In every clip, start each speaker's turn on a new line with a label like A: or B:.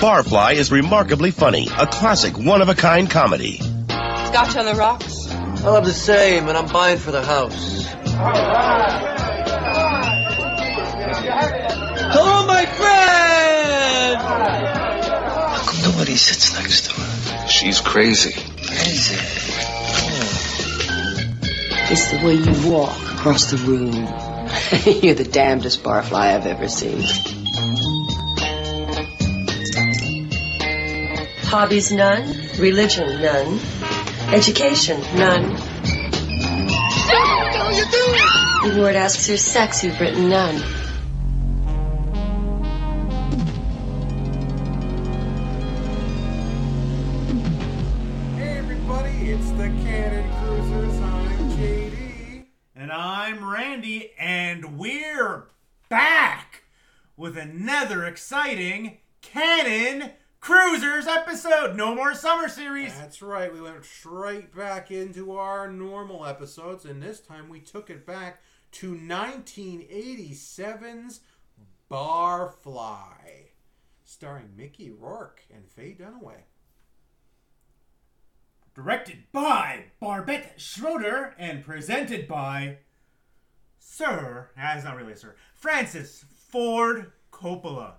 A: Barfly is remarkably funny, a classic one of a kind comedy.
B: Scotch on the rocks.
C: I'll have the same, and I'm buying for the house. Hello, my friend! How come nobody sits next to her?
D: She's crazy.
C: Crazy.
E: It's the way you walk across the room. You're the damnedest barfly I've ever seen.
B: Hobbies, none. Religion, none. Education, none. The word asks her sex, you've written none.
F: Hey everybody, it's the Cannon Cruisers. I'm JD.
G: And I'm Randy, and we're back with another exciting Cannon Cruisers episode. No more summer series.
F: That's right, we went straight back into our normal episodes, and this time we took it back to 1987's Barfly, starring Mickey Rourke and Faye Dunaway.
G: Directed by Barbette Schroeder and presented by Sir, ah, it's not really a Sir, Francis Ford Coppola.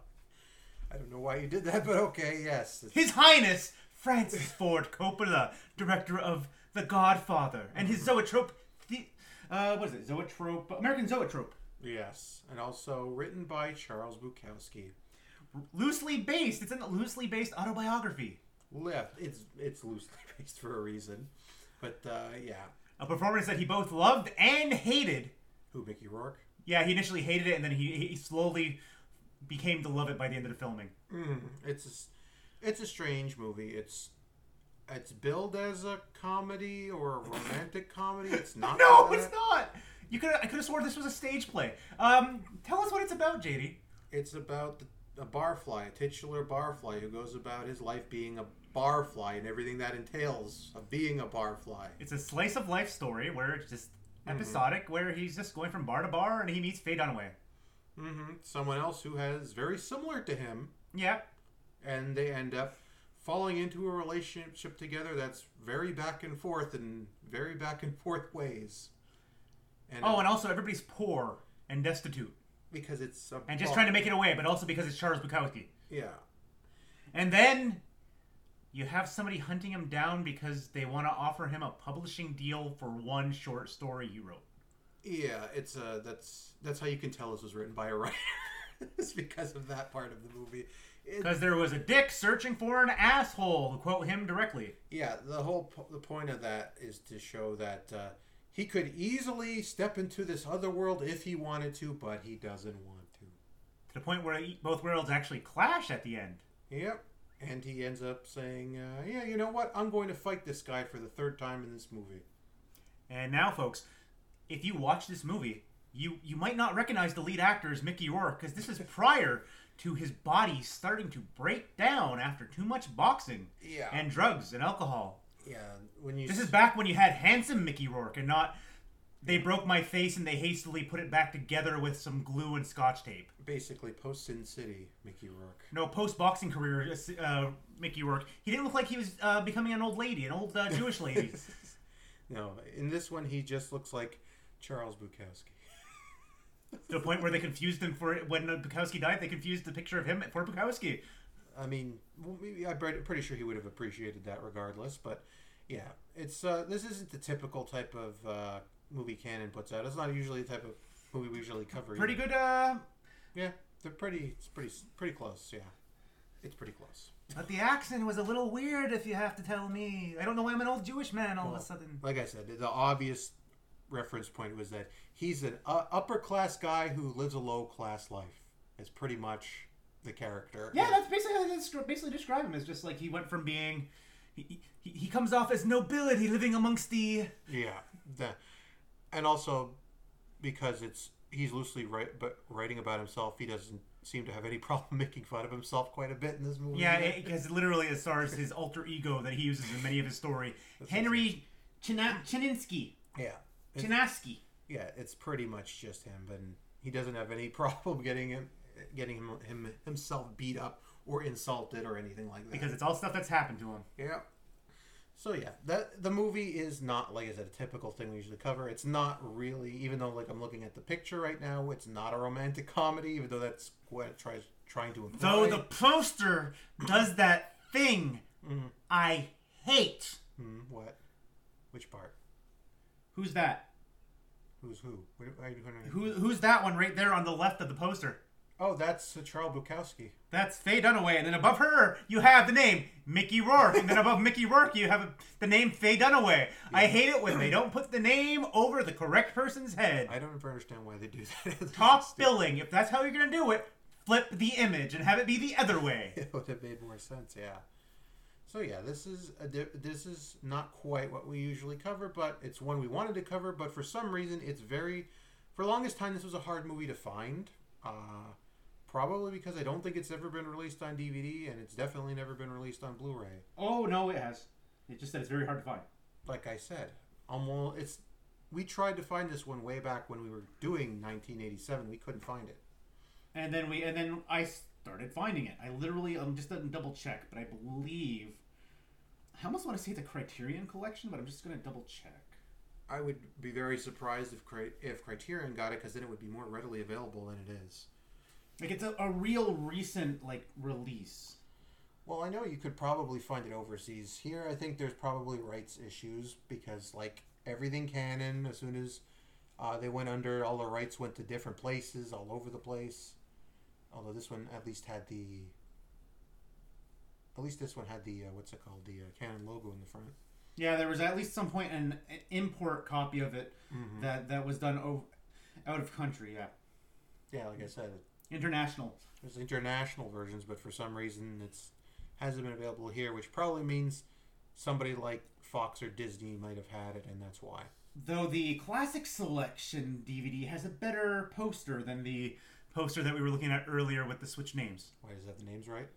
F: I don't know why you did that, but okay, yes.
G: His Highness Francis Ford Coppola, director of The Godfather, and his Zoetrope, the, uh, what is it? Zoetrope, American Zoetrope,
F: Yes, and also written by Charles Bukowski.
G: loosely based. It's a loosely based autobiography.
F: Left, it's it's loosely based for a reason, but uh, yeah.
G: A performance that he both loved and hated.
F: Who Mickey Rourke?
G: Yeah, he initially hated it, and then he, he slowly became to love it by the end of the filming.
F: It's a, s- it's a strange movie. It's it's billed as a comedy or a romantic comedy. It's not.
G: No,
F: that.
G: it's not. You could I could have swore this was a stage play. Um, tell us what it's about, JD.
F: It's about the, a barfly, a titular barfly who goes about his life being a barfly and everything that entails of being a barfly.
G: It's a slice of life story where it's just episodic, where he's just going from bar to bar and he meets Faye Dunaway.
F: hmm Someone else who has very similar to him,
G: Yeah,
F: and they end up falling into a relationship together that's very back and forth in very back and forth ways. And uh,
G: Oh, and also everybody's poor and destitute
F: because it's a
G: and just
F: bar-
G: trying to make it away, but also because it's Charles Bukowski.
F: yeah.
G: And then you have somebody hunting him down because they want to offer him a publishing deal for one short story he wrote.
F: Yeah, it's uh that's that's how you can tell this was written by a writer. it's because of that part of the movie. It,
G: Because there was a dick searching for an asshole, to quote him directly.
F: yeah, the whole po- the point of that is to show that uh, he could easily step into this other world if he wanted to, but he doesn't want to.
G: To the point where e, both worlds actually clash at the end.
F: Yep. And he ends up saying, uh, "Yeah, you know what? I'm going to fight this guy for the third time in this movie."
G: And now, folks, if you watch this movie, you you might not recognize the lead actor as Mickey Rourke because this is prior to his body starting to break down after too much boxing
F: Yeah.
G: and drugs and alcohol.
F: Yeah, when you
G: This is
F: s-
G: back when you had handsome Mickey Rourke and not they broke my face and they hastily put it back together with some glue and scotch tape.
F: basically post Sin City, Mickey Rourke.
G: No, post boxing career, uh, Mickey Rourke. He didn't look like he was uh, becoming an old lady, an old uh, Jewish lady.
F: No, in this one he just looks like Charles Bukowski.
G: to the point where they confused him for when Bukowski died. They confused the picture of him for Bukowski.
F: I mean, well, maybe I'm pretty pretty sure he would have appreciated that regardless. But yeah, it's uh, this isn't the typical type of uh, movie Canon puts out. It's not usually the type of movie we usually cover.
G: Pretty
F: either.
G: good. Uh,
F: Yeah, they're pretty. It's pretty pretty close. Yeah, it's pretty close.
G: but the accent was a little weird, if you have to tell me. I don't know why I'm an old Jewish man all of a sudden.
F: Like I said, the obvious reference point was that he's an uh, upper class guy who lives a low class life. It's pretty much the character.
G: Yeah, that's basically that's basically describe him as just like he went from being. He, he, he comes off as nobility living amongst the.
F: Yeah, the, and also because it's he's loosely write, but writing about himself, he doesn't seem to have any problem making fun of himself quite a bit in this movie.
G: Yeah, because literally it stars his alter ego that he uses in many of his story. Henry China- Chininsky.
F: yeah, it's,
G: Chinaski.
F: yeah. It's pretty much just him, but he doesn't have any problem getting him getting him, him himself beat up or insulted or anything like that.
G: because it's all stuff that's happened to him.
F: Yeah. So yeah, that the movie is not like I said a typical thing we usually cover. It's not really, even though like I'm looking at the picture right now, it's not a romantic comedy, even though that's what it tries trying to imply.
G: Though the poster does that thing I hate.
F: Hmm, what? Which part?
G: Who's that?
F: Who's who? What, I, I-
G: Who, who's that one right there on the left of the poster?
F: Oh, that's uh, Charles Bukowski.
G: That's Faye Dunaway, and then above her you have the name Mickey Rourke, and then above Mickey Rourke you have the name Faye Dunaway. I hate it when they don't put the name over the correct person's head.
F: I don't ever understand why they do that.
G: Top billing, if that's how you're gonna do it, flip the image and have it be the other way.
F: it would have made more sense. Yeah. So yeah, this is a di- this is not quite what we usually cover, but it's one we wanted to cover. But for some reason, it's very for longest time this was a hard movie to find. Uh, probably because I don't think it's ever been released on DVD, and it's definitely never been released on Blu-ray.
G: Oh no, it has. It's just that it's very hard to find.
F: Like I said, almost it's we tried to find this one way back when we were doing 1987. We couldn't find it.
G: And then we and then I started finding it. I literally um just didn't double check, but I believe I almost want to say the Criterion collection, but I'm just gonna double check.
F: I would be very surprised if Cri- if Criterion got it, because then it would be more readily available than it is.
G: Like it's a, a real recent like release.
F: Well, I know you could probably find it overseas. Here, I think there's probably rights issues because, like everything canon, as soon as uh, they went under, all the rights went to different places, all over the place. Although this one at least had the, at least this one had the uh, what's it called, the uh, canon logo in the front.
G: Yeah, there was at least some point an, an import copy of it that that was done over, out of country. Yeah,
F: Yeah, like I said,
G: international.
F: There's international versions, but for some reason it's hasn't been available here, which probably means somebody like Fox or Disney might have had it, and that's why.
G: Though the classic selection DVD has a better poster than the poster that we were looking at earlier with the switch names.
F: Why is that the names right?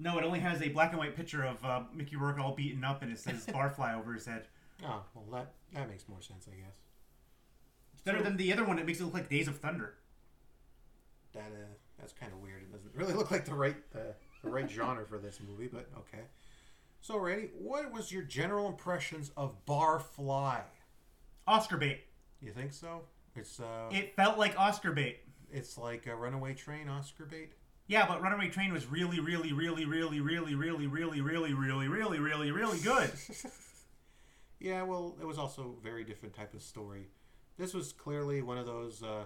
G: No, it only has a black and white picture of uh, Mickey Rourke all beaten up, and it says "Barfly" over his head.
F: Oh, well that that makes more sense, I guess.
G: It's better than the other one. It makes it look like Days of Thunder.
F: That uh, that's kind of weird. It doesn't really look like the right uh, the right genre for this movie, but okay. So, Randy, what was your general impressions of Barfly?
G: Oscar bait.
F: You think so? It's uh,
G: It felt like Oscar bait.
F: it's like a runaway train Oscar bait.
G: Yeah, but Runaway Train was really, really, really, really, really, really, really, really, really, really, really, really good.
F: Yeah, well, it was also a very different type of story. This was clearly one of those uh,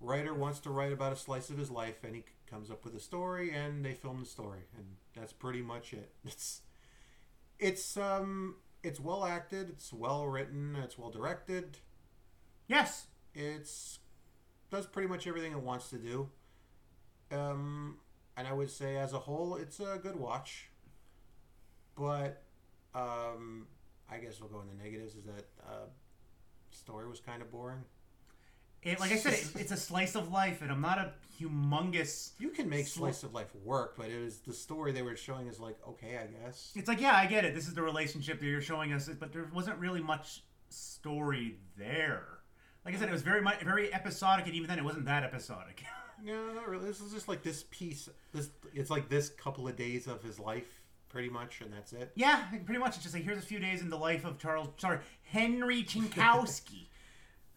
F: writer wants to write about a slice of his life, and he comes up with a story, and they film the story, and that's pretty much it. It's it's um it's well acted, it's well written, it's well directed.
G: Yes.
F: It's does pretty much everything it wants to do. Um, and I would say as a whole, it's a good watch. But um, I guess we'll go in the negatives. Is that uh, story was kind of boring.
G: It, like I said, it, it's a slice of life, and I'm not a humongous.
F: You can make slice of life work, but it was the story they were showing is like okay, I guess.
G: It's like, yeah, I get it. This is the relationship that you're showing us, but there wasn't really much story there. Like I said, it was very much very episodic, and even then, it wasn't that episodic.
F: No, not really. This is just like this piece. This it's like this couple of days of his life, pretty much, and that's it.
G: yeah, like, pretty much. It's just like here's a few days in the life of Charles, sorry, Henry Chinkowski.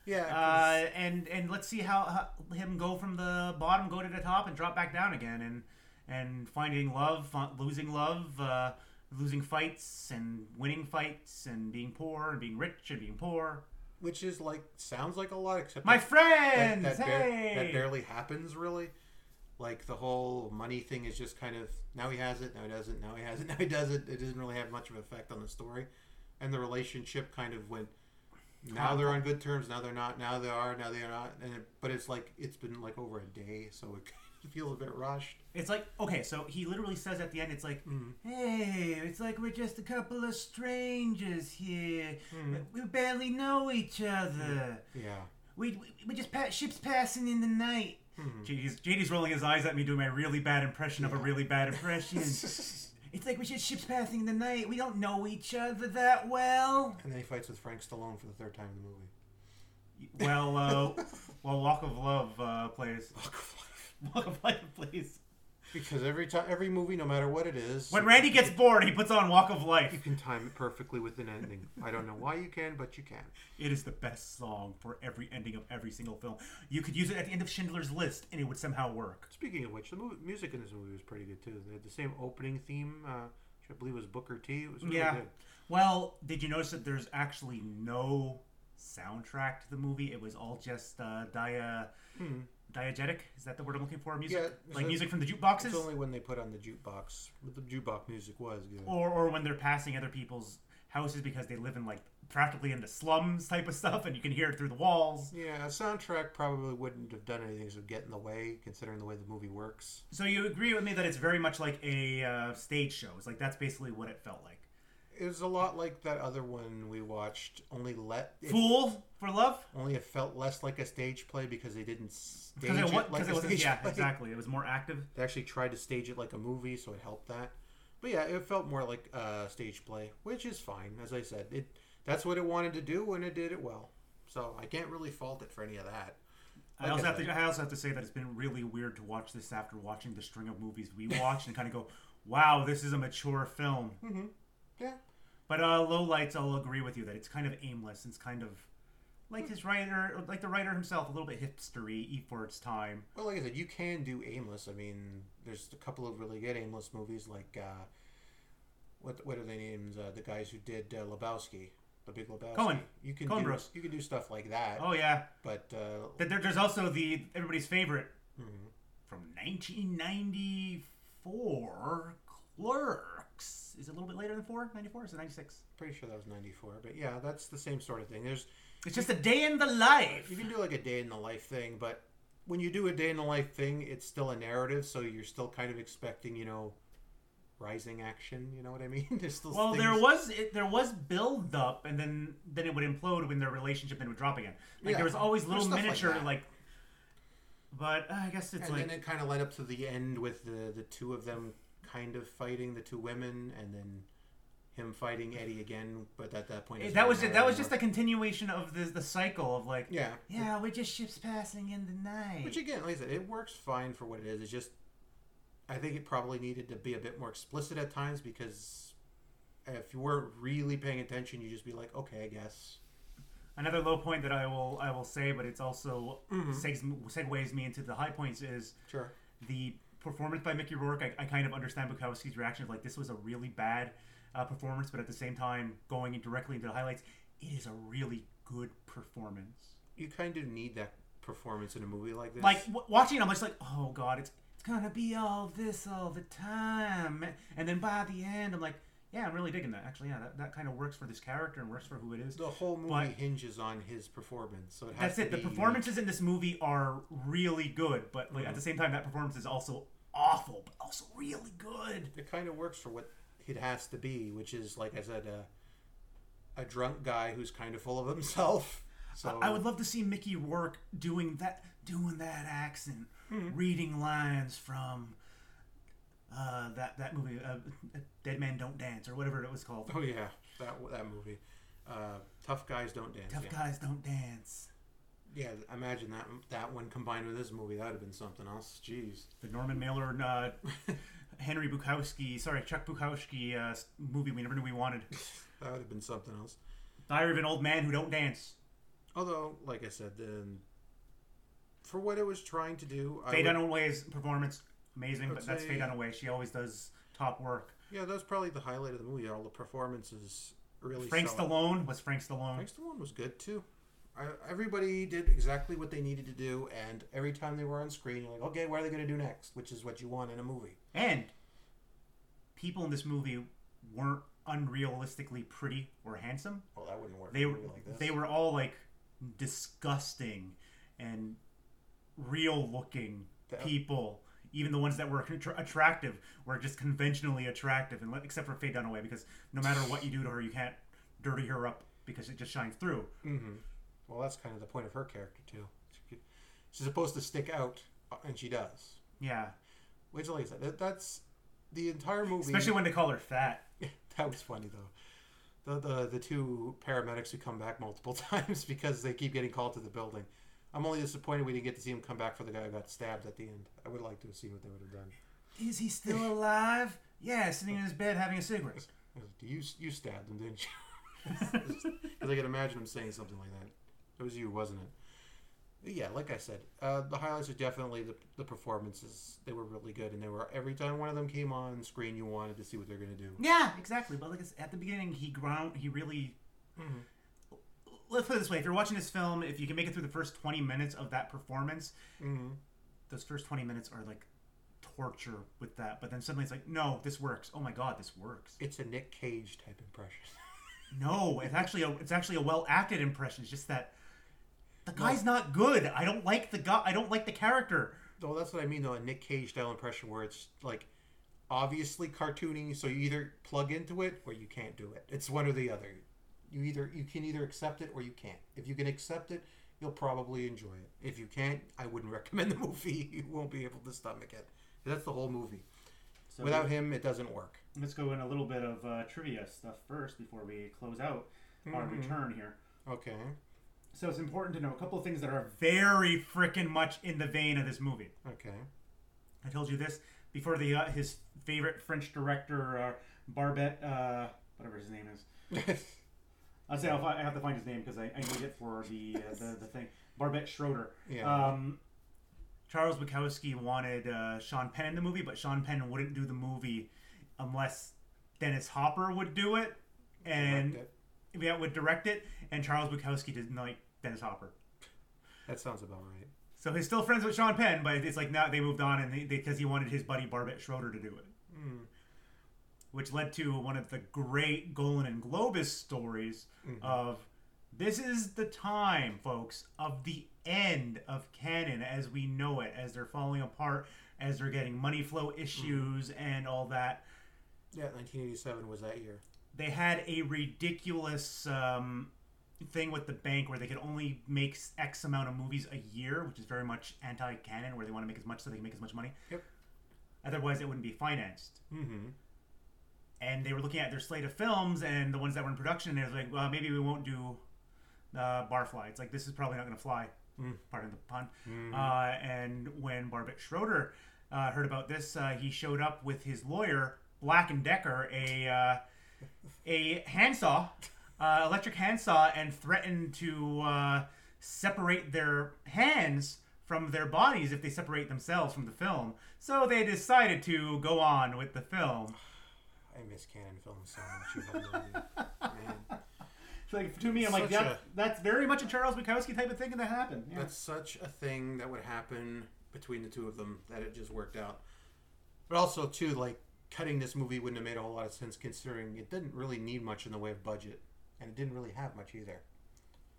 F: Yeah. 'cause-
G: Uh, and and let's see how, how him go from the bottom, go to the top, and drop back down again, and and finding love, fi- losing love, uh, losing fights, and winning fights, and being poor, and being rich, and being poor.
F: which is like sounds like a lot, except
G: My
F: that-
G: friends,
F: that, that, bar-
G: hey!
F: that barely happens really like the whole money thing is just kind of now he has it now he doesn't now he has it now he doesn't it doesn't really have much of an effect on the story and the relationship kind of went now they're on good terms now they're not now they are now they are not and it, but it's like it's been like over a day so it kind of feels a bit rushed
G: It's like okay, so he literally says at the end, it's like, hey, it's like we're just a couple of strangers here. We barely know each other.
F: yeah
G: We, we, we just pa- ships passing in the night. JD's, JD's rolling his eyes at me doing my really bad impression of a really bad impression. it's like we just ships passing in the night. We don't know each other that well.
F: and then he fights with frank stallone for the third time in the movie
G: Well, uh, well, Walk of Love uh, plays. Walk of Life plays.
F: Because every time, every movie, no matter what it is,
G: When Randy gets bored, he puts on Walk of Life.
F: you can time it perfectly with an ending. I don't know why you can, but you can.
G: It is the best song for every ending of every single film. You could use it at the end of Schindler's List, and it would somehow work.
F: Speaking of which, the movie, music in this movie was pretty good too. They had the same opening theme, uh, which I believe was Booker T. It was really
G: yeah.
F: good.
G: Well, did you notice that there's actually no soundtrack to the movie? It was all just uh, dia diegetic. Is that the word I'm looking for? Music,
F: Hmm. Yeah,
G: like
F: so
G: music from the
F: It's
G: jukeboxes,
F: only when they put on the jukebox. but The jukebox music was good.
G: or or when they're passing other people's houses because they live in like practically in the slums type of stuff, and you can hear it through the walls.
F: Yeah, a soundtrack probably wouldn't have done anything to get in the way, considering the way the movie works.
G: So you agree with me that it's very much like a uh, stage show. It's like that's basically what it felt like.
F: It was a lot like that other one we watched. Only let it,
G: Fool for love.
F: only it felt less like a stage play because they didn't stage
G: Because
F: it,
G: it, wa-
F: like
G: 'cause
F: a
G: it wasn't,
F: stage
G: yeah,
F: play.
G: exactly. It was more active.
F: They actually tried to stage it like a movie, so it helped that. But yeah, it felt more like uh, stage play, which is fine. As I said, it that's what it wanted to do, and it did it well. So I can't really fault it for any of that.
G: I
F: Like
G: also
F: I
G: have to.
F: said.
G: I also have to say that it's been really weird to watch this after watching the string of movies we watched and kind of go, "Wow, this is a mature film."
F: Mm-hmm. Yeah,
G: But uh, low lights, I'll agree with you that it's kind of aimless. It's kind of like
F: Hmm.
G: his writer, like the writer himself, a little bit hipstery e for its time.
F: Well, like I said, you can do aimless. I mean, there's a couple of really good aimless movies, like uh, what what are their names? Uh, the guys who did uh, Lebowski, The Big Lebowski.
G: Coen.
F: You can
G: Coen
F: do
G: Bros.
F: you can do stuff like that.
G: Oh yeah.
F: But uh, mm-hmm.
G: That there, there's also the everybody's favorite from 1994, Clerks. Is it a little bit later than four? 94? Is it 96?
F: pretty sure that was '94. But yeah, that's the same sort of thing. There's
G: It's just a day in the life.
F: you can do like a day in the life thing, but when you do a day in the life thing, it's still a narrative, so you're still kind of expecting, you know, rising action. You know what I mean? There's still
G: Well, there
F: things-
G: was it, there was build up, and then then it would implode when their relationship then would drop again. Like
F: Yeah.
G: there was always
F: There's
G: little
F: stuff like
G: miniature
F: that.
G: like. but uh, I guess it's
F: and
G: like
F: then it kind of led up to the end with the the two of them kind of fighting the two women, and then him fighting Eddie again. But at that point,
G: it-
F: it's
G: that
F: not
G: was
F: there
G: it, that was just a
F: anymore.
G: continuation of the the cycle of like
F: Yeah.
G: yeah we're just ships passing in the night.
F: Which again, like I said, it works fine for what it is. It's just I think it probably needed to be a bit more explicit at times because if you weren't really paying attention, you'd just be like, okay, I guess.
G: Another low point that I will I will say, but it's also
F: Mm-hmm.
G: segs, segues me into the high points is
F: Sure.
G: the performance by Mickey Rourke, I, I kind of understand Bukowski's reaction. of, Like, this was a really bad uh, performance, but at the same time, going in directly into the highlights, it is a really good performance.
F: You kind of need that performance in a movie like this.
G: Like, w- watching it, I'm just like, oh, God, it's, it's going to be all this all the time. And then by the end, I'm like, yeah, I'm really digging that. Actually, yeah, that, that kind of works for this character and works for who it is.
F: the whole movie
G: But-
F: hinges on his performance, so it has
G: That's
F: to
G: it. The
F: be-
G: performances in this movie are really good, but
F: Mm-hmm.
G: like at the same time, that performance is also awful, but also really good.
F: it kind of works for what it has to be, which is like I said, a, a drunk guy who's kind of full of himself. So
G: I would love to see Mickey Rourke doing that, doing that accent,
F: Hmm.
G: reading lines from uh, that that movie, uh, Dead Man Don't Dance, or whatever it was called.
F: Oh yeah, that that movie. Uh, Tough guys don't dance.
G: Tough
F: yeah.
G: guys don't dance.
F: Yeah, imagine that that one combined with this movie, that would have been something else. Jeez.
G: The Norman Mailer, and, uh, Henry Bukowski, sorry, Chuck Bukowski uh, s- movie we never knew we wanted.
F: That would have been something else.
G: Diary of an Old Man Who Don't Dance.
F: Although, like I said, then for what it was trying to do, I
G: Faye
F: would-
G: Dunaway's performance amazing,
F: I'd
G: but that's
F: say-
G: Faye Dunaway. She always does top work.
F: yeah, that was probably the highlight of the movie. All the performances really.
G: Frank
F: sell it.
G: Stallone was Frank Stallone.
F: Frank Stallone was good too. I, everybody did exactly what they needed to do, and every time they were on screen, you're like, okay, what are they going to do next? Which is what you want in a movie.
G: And people in this movie weren't unrealistically pretty or handsome.
F: Well, that wouldn't work.
G: They
F: in a
G: were
F: movie like this.
G: they were all like disgusting and real looking
F: That-
G: people. Even the ones that were attra- attractive were just conventionally attractive, and except for Faye Dunaway, because no matter what you do to her, you can't dirty her up because it just shines through.
F: Well, that's kind of the point of her character too. She- She's supposed to stick out, uh, and she does.
G: Yeah,
F: Which, like I said, that, that's the entire movie.
G: especially when they call her fat.
F: that was funny though. The, the the two paramedics who come back multiple times because they keep getting called to the building. I'm only disappointed we didn't get to see him come back for the guy who got stabbed at the end. I would like to have seen what they would have done.
G: Is he still alive? Yeah, sitting in his bed having a cigarette.
F: You you stabbed him, didn't you? Because I can imagine him saying something like that. It was you, wasn't it? But yeah, like I said, uh, the highlights are definitely the, the performances. They were really good, and they were every time one of them came on screen, you wanted to see what they're going to do.
G: Yeah, exactly. But like I said, at the beginning, he ground he really. Let's put it this way: if you're watching this film, if you can make it through the first 20 minutes of that performance, those first 20 minutes are like torture with that. But then suddenly it's like, no, this works. Oh my god, this works.
F: It's a Nick Cage type impression.
G: No, it's actually a it's actually a well acted impression. It's just that the guy's not good. I don't like the guy. I don't like the character.
F: Well, that's what I mean, though, a Nick Cage style impression where it's like obviously cartoony, so you either plug into it or you can't do it. It's one or the other. You either you can either accept it or you can't. If you can accept it, you'll probably enjoy it. If you can't, I wouldn't recommend the movie. You won't be able to stomach it. That's the whole movie.
D: So
F: Without him, it doesn't work.
D: let's go in a little bit of uh, trivia stuff first before we close out our return here.
F: Okay.
G: So it's important to know a couple of things that are very freaking much in the vein of this movie.
F: Okay.
G: I told you this before the uh, his favorite French director uh, Barbet, uh, whatever his name is. I say I'll fi- I have to find his name because I, I need it for the uh, the, the thing. Barbette Schroeder.
F: Yeah.
G: Um, Charles Bukowski wanted uh, Sean Penn in the movie, but Sean Penn wouldn't do the movie unless Dennis Hopper would do it and
F: Direct
G: yeah, would direct it. And Charles Bukowski didn't like Dennis Hopper.
F: that sounds about right.
G: So he's still friends with Sean Penn, but it's like now they moved on and because he wanted his buddy Barbette Schroeder to do it, which led to one of the great Golan and Globus stories of this is the time, folks, of the end of canon as we know it, as they're falling apart, as they're getting money flow issues and all that.
F: Yeah, 1987 was that year.
G: They had a ridiculous um, thing with the bank where they could only make X amount of movies a year, which is very much anti canon, where they want to make as much so they can make as much money.
F: Yep.
G: Otherwise, it wouldn't be financed.
F: Mm-hmm.
G: And they were looking at their slate of films and the ones that were in production, and it was like, well, maybe we won't do uh, Barfly. It's like, this is probably not going to fly, pardon the pun. Uh, and when Barbet Schroeder uh, heard about this, uh, he showed up with his lawyer, Black and Decker, a. Uh, a handsaw, uh, electric handsaw, and threatened to uh, separate their hands from their bodies if they separate themselves from the film. So they decided to go on with the film.
F: I miss canon films so much. You have no idea. Man,
G: So, like, to me, I'm
F: Such
G: like, yeah,
F: a-
G: that's very much a Charles Bukowski type of thing that happened. Yeah.
F: that's such a thing that would happen between the two of them that it just worked out. But also, too, like cutting this movie wouldn't have made a whole lot of sense considering it didn't really need much in the way of budget, and it didn't really have much either.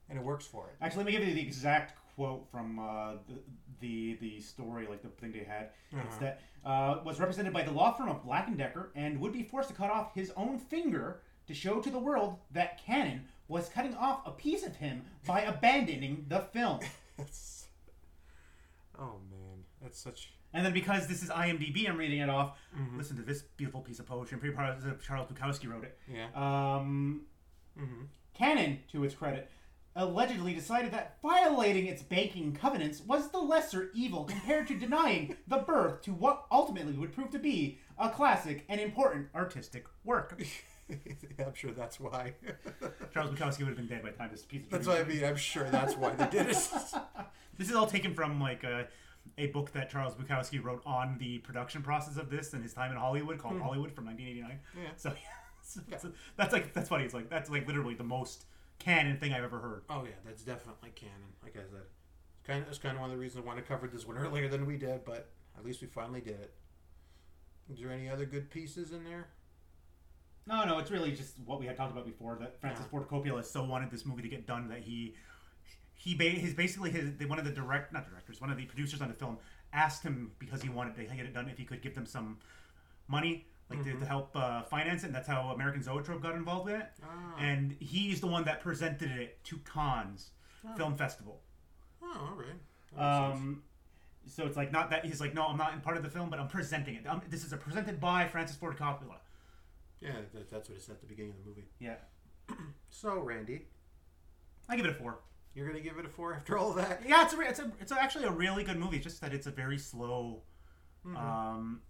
F: And it works for it.
D: Actually, let me give you the exact quote from uh, the, the the story, like the thing they had.
F: Uh-huh.
D: It's that uh, was represented by the law firm of Black and Decker, and would be forced to cut off his own finger to show to the world that Cannon was cutting off a piece of him by abandoning the film.
F: That's, oh man, that's such.
G: And then because this is IMDb, I'm reading it off.
F: Mm-hmm.
G: Listen to this beautiful piece of poetry. I'm pretty positive Charles Bukowski wrote it.
F: Yeah. Mm-hmm.
D: Um, Cannon, to its credit, allegedly decided that violating its banking covenants was the lesser evil compared to denying the birth to what ultimately would prove to be a classic and important
G: Artistic work.
F: I'm sure that's why.
G: Charles Bukowski would have been dead by the time this piece of
F: that's
G: trivia-
F: what I mean. I'm sure that's why they did it.
G: This is all taken from like a, a book that Charles Bukowski wrote on the production process of this and his time in Hollywood called Hollywood from 1989.
F: Hmm. Yeah.
G: So, so- so that's like that's funny. It's like that's like literally the most canon thing I've ever heard.
F: Oh yeah, that's definitely canon. Like I said, it's kind of it's kind of one of the reasons I want to cover this one earlier than we did, but at least we finally did it. Is there any other good pieces in there?
G: No, no, it's really just what we had talked about before that Francis Ford Coppola so wanted this movie to get done that he he ba- his basically his the, one of the direct not directors one of the producers on the film asked him because he wanted to get it done if he could give them some money like to, to help uh, finance it and that's how American Zoetrope got involved in it and he's the one that presented it to Cannes Film Festival
F: Oh, all right.
G: um, so it's like not that he's like no I'm not in part of the film but I'm presenting it i this is a presented by Francis Ford Coppola
F: Yeah, that, that's what it said at the beginning of the movie.
G: yeah
F: So, Randy,
G: I give it a four.
F: you're gonna give it a four after all that?
G: Yeah, it's a, re- it's a, it's a, actually a really good movie. It's just that it's a very slow. Um,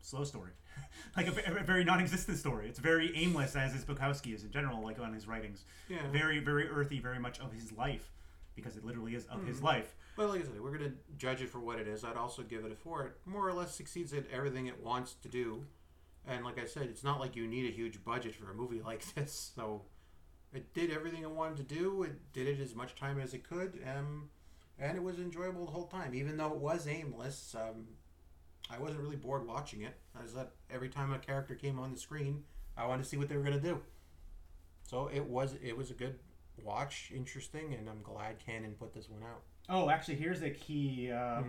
G: slow story, like a, a very non-existent story. It's very aimless, as is Bukowski is in general, like on his writings.
F: Yeah.
G: Very, very earthy, very much of his life, because it literally is of his life.
F: But like I said, we're going to judge it for what it is. I'd also give it a four. It more or less succeeds at everything it wants to do. And like I said, it's not like you need a huge budget for a movie like this. So it did everything it wanted to do. It did it as much time as it could. Um, and it was enjoyable the whole time, even though it was aimless. Um, I wasn't really bored watching it. I said every time a character came on the screen, I wanted to see what they were going to do. So it was it was a good watch, interesting, and I'm glad Canon put this one out.
D: Oh, actually, here's a key. Uh,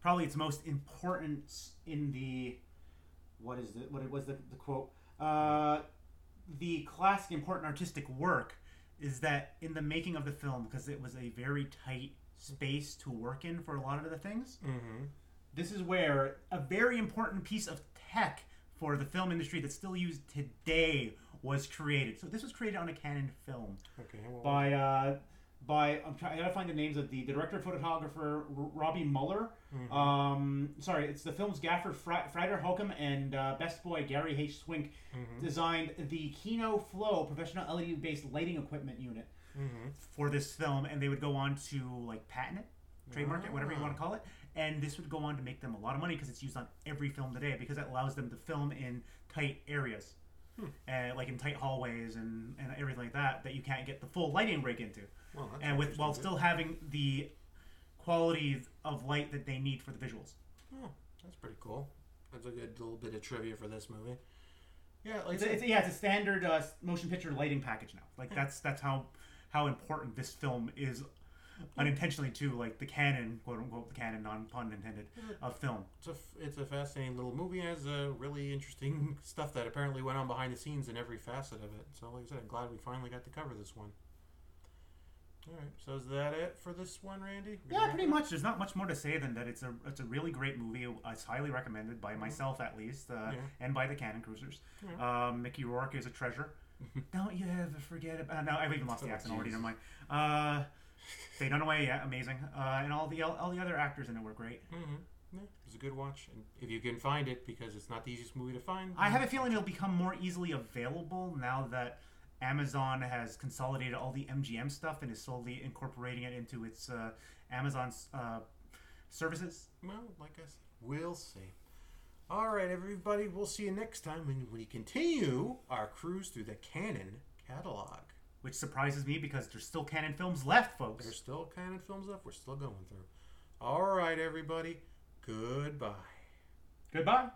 G: Probably its most
D: importance in the what is it? What it was the, the quote? Uh, the classic important artistic work is that in the making of the film, because it was a very tight space to work in for a lot of the things.
F: Mm-hmm.
D: This is where
G: a very important piece of tech for the film industry that's still used today was created. So this was created on a Canon film
F: Okay. Well,
D: by uh, by I'm trying, I gotta find the names of the, the director, photographer R- Robbie Muller. Um, sorry, it's the film's gaffer Fra- Frieder Holcomb and uh, best boy Gary H. Swink designed the Kino Flow professional
G: E
D: LED based lighting equipment unit.
G: for this film, and they would go on to like patent it, trademark it, whatever you want to call it. And this would go on to make them a lot of money because it's used on every film today because it allows them to film in tight areas, uh, like in tight hallways and, and everything like that that you can't get the full lighting break into,
F: Well, that's
G: and with while
F: interesting,
G: still having the quality of light that they need for the visuals.
F: Oh, that's pretty cool. That's a good little bit of trivia for this movie. Yeah, like I
D: It's a,
F: said,
D: it's a- yeah, it's a standard uh,
G: motion picture lighting package now. Like that's that's how how important this film is unintentionally to like the canon, quote unquote, the canon, non pun intended, of film.
F: it's a f- it's a fascinating little movie. It has uh, really interesting stuff that apparently went on behind the scenes in every facet of it. So, like I said, I'm glad we finally got to cover this one. All right, so is that it for this one, Randy? We
G: Yeah,
F: wrap
G: pretty
F: it up?
G: much. There's not much more to say than that it's a it's a really great movie. It's highly recommended by myself at least, uh, and by the Canon Cruisers. Um, Mickey Rourke is a treasure. Don't you ever forget about? No, I've even lost the accent already. Never mind. Uh, they done away, yeah, amazing. Uh, and all the all the other actors in it were great.
F: Yeah, it's a good watch, and if you can find it, because it's not the easiest movie to find.
G: I have a feeling it'll become more easily available now that Amazon has consolidated all the MGM stuff and is slowly incorporating it into its uh, Amazon uh, services.
F: Well, like I said, we'll see. All right, everybody, we'll see you next time when we continue our cruise through the Canon catalog.
G: which surprises me because there's still canon films left, folks.
F: There's still Canon films left. We're still going through. All right, everybody, goodbye.
D: goodbye.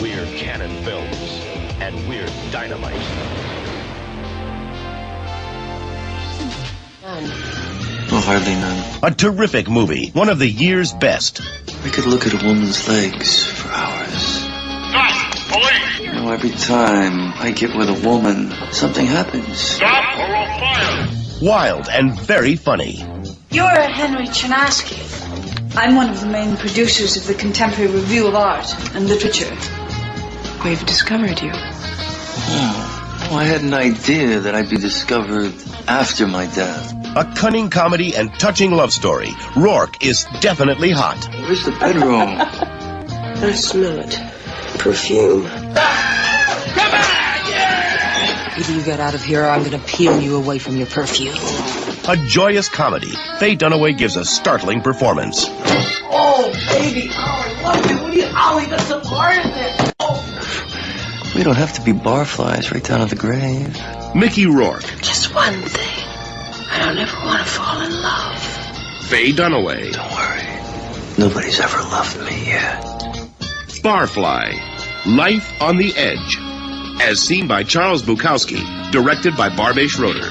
A: We're Cannon Films, and we're dynamite.
B: None.
H: Oh, hardly none.
A: A terrific movie, one of the year's best.
H: I could look at a woman's legs for hours.
I: Stop! Police!
H: You know, every time I get with a woman, something happens.
I: Stop or we'll fire!
A: Wild and very funny.
J: You're a Henry Chernaski.
E: I'm one of the main producers of the Contemporary Review of Art and Literature. We've discovered you.
H: Oh, I had an idea that I'd be discovered after my death.
A: A cunning comedy and touching love story. Rourke is definitely hot.
H: Where's the bedroom?
E: I smell it. Perfume.
B: Either you get out of here or I'm gonna peel you away from your perfume.
A: A joyous comedy. Faye Dunaway gives a startling performance.
J: Oh, baby, oh, I love you. What are you, Ollie? That's a part of it.
H: we don't have to be barflies right down to the grave.
A: Mickey Rourke,
J: Just one thing. I don't ever want to fall in love.
A: Faye Dunaway,
H: Don't worry. Nobody's ever loved me yet.
A: Barfly, Life on the Edge, as seen by Charles Bukowski, directed by Barbe Schroeder.